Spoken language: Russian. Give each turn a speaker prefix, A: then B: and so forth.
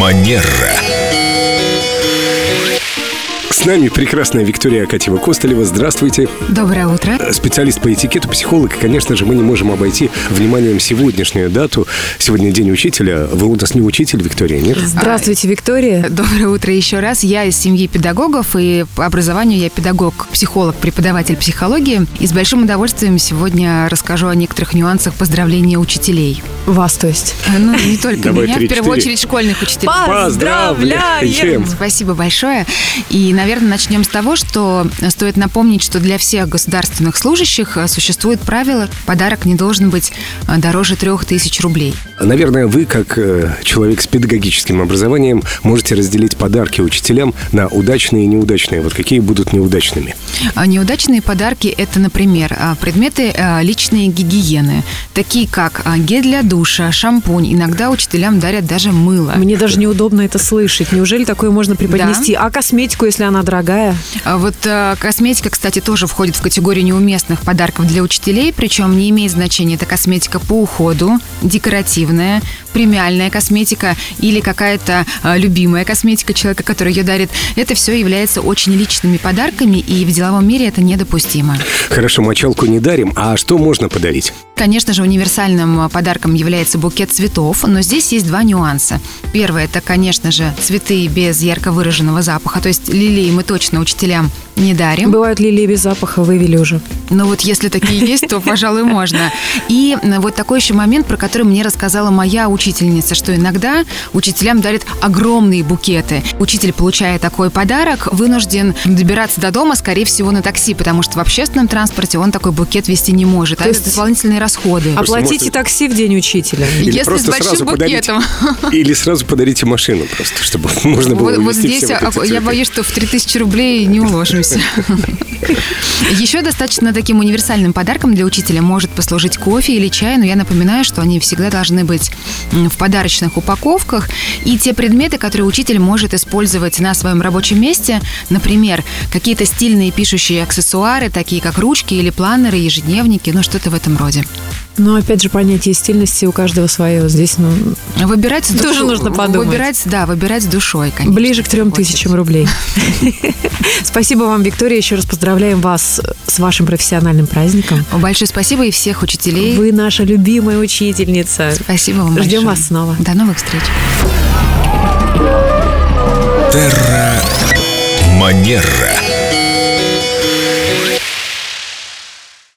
A: Манера.
B: С нами прекрасная Виктория Акатьева Костолева. Здравствуйте.
C: Доброе утро.
B: Специалист по этикету, психолог. И, конечно же, мы не можем обойти вниманием сегодняшнюю дату. Сегодня день учителя. Вы у нас не учитель, Виктория, нет?
D: Здравствуйте, Виктория.
C: А, э, Доброе утро еще раз. Я из семьи педагогов и по образованию я педагог, психолог, преподаватель психологии. И с большим удовольствием сегодня расскажу о некоторых нюансах поздравления учителей.
D: Вас, то есть.
C: Э, Ну, не только
B: Давай
C: меня, в
B: три-четыре.
C: первую очередь школьных учителей.
B: Поздравляем!
C: Спасибо большое. И, наверное, начнем с того, что стоит напомнить, что для всех государственных служащих э, существует правило «подарок не должен быть э, дороже трех тысяч рублей».
B: Наверное, вы, как э, человек с педагогическим образованием, можете разделить подарки учителям на удачные и неудачные. Вот какие будут неудачными?
C: А Неудачные подарки – это, например, а, предметы а, личной гигиены, такие как а, гель для душа, шампунь. Иногда учителям дарят даже мыло.
D: Мне даже неудобно это слышать. Неужели такое можно преподнести? А косметику, если она дорогая?
C: А Вот э, косметика, кстати, тоже входит в категорию неуместных подарков для учителей, причем не имеет значения, это косметика по уходу, декоративная, премиальная косметика или какая-то э, любимая косметика человека, который ее дарит. Это все является очень личными подарками, и в деловом мире это недопустимо.
B: Хорошо, мочалку не дарим, а что можно подарить?
C: Конечно же, универсальным а, подарком является букет цветов, но здесь есть два нюанса. Первое – это, конечно же, цветы без ярко выраженного запаха, то есть лилии мы точно учителям не дарим.
D: Бывают лилии без запаха, вывели уже.
C: Но Ну, вот если такие есть, то, пожалуй, можно. И м, вот такой еще момент, про который мне рассказала моя учительница, что иногда учителям дарят огромные букеты. Учитель, получая такой подарок, вынужден добираться до дома, скорее всего, на такси, потому что в общественном транспорте он такой букет вести не может. а
D: То
C: это
D: есть-
C: дополнительные расходы.
D: Оплатите
B: может-
D: такси в день учителя.
B: Или
C: Если
B: просто
C: с большим
B: сразу подарите-
C: букетом.
B: Или сразу подарите машину просто, чтобы можно Ну, было
C: Вот, вот
B: увезти
C: здесь
B: все вот
C: а,
B: эти
C: я
B: цветы.
C: боюсь, что в 3000 рублей не уложимся. Еще достаточно таким универсальным подарком для учителя может послужить кофе или чай, но я напоминаю, что они всегда должны быть м, в подарочных упаковках. И те предметы, которые учитель может использовать на своем рабочем месте, например, какие-то стильные пишущие аксессуары, такие как ручки или планеры, ежедневники, ну что-то в этом роде.
D: Но Ну, опять же, понятие стильности у каждого свое. Здесь ну,
C: Выбирать с
D: Тоже
C: душу-
D: нужно подумать.
C: Выбирать, да, выбирать с душой, конечно.
D: ближе к трем
C: Хочется.
D: тысячам рублей. Спасибо вам, Виктория. Еще раз поздравляем вас с вашим профессиональным праздником.
C: Большое спасибо и всех учителей.
D: Вы наша любимая учительница.
C: Спасибо вам
D: Ждем
C: большое.
D: вас снова.
C: До новых встреч.
A: Манера.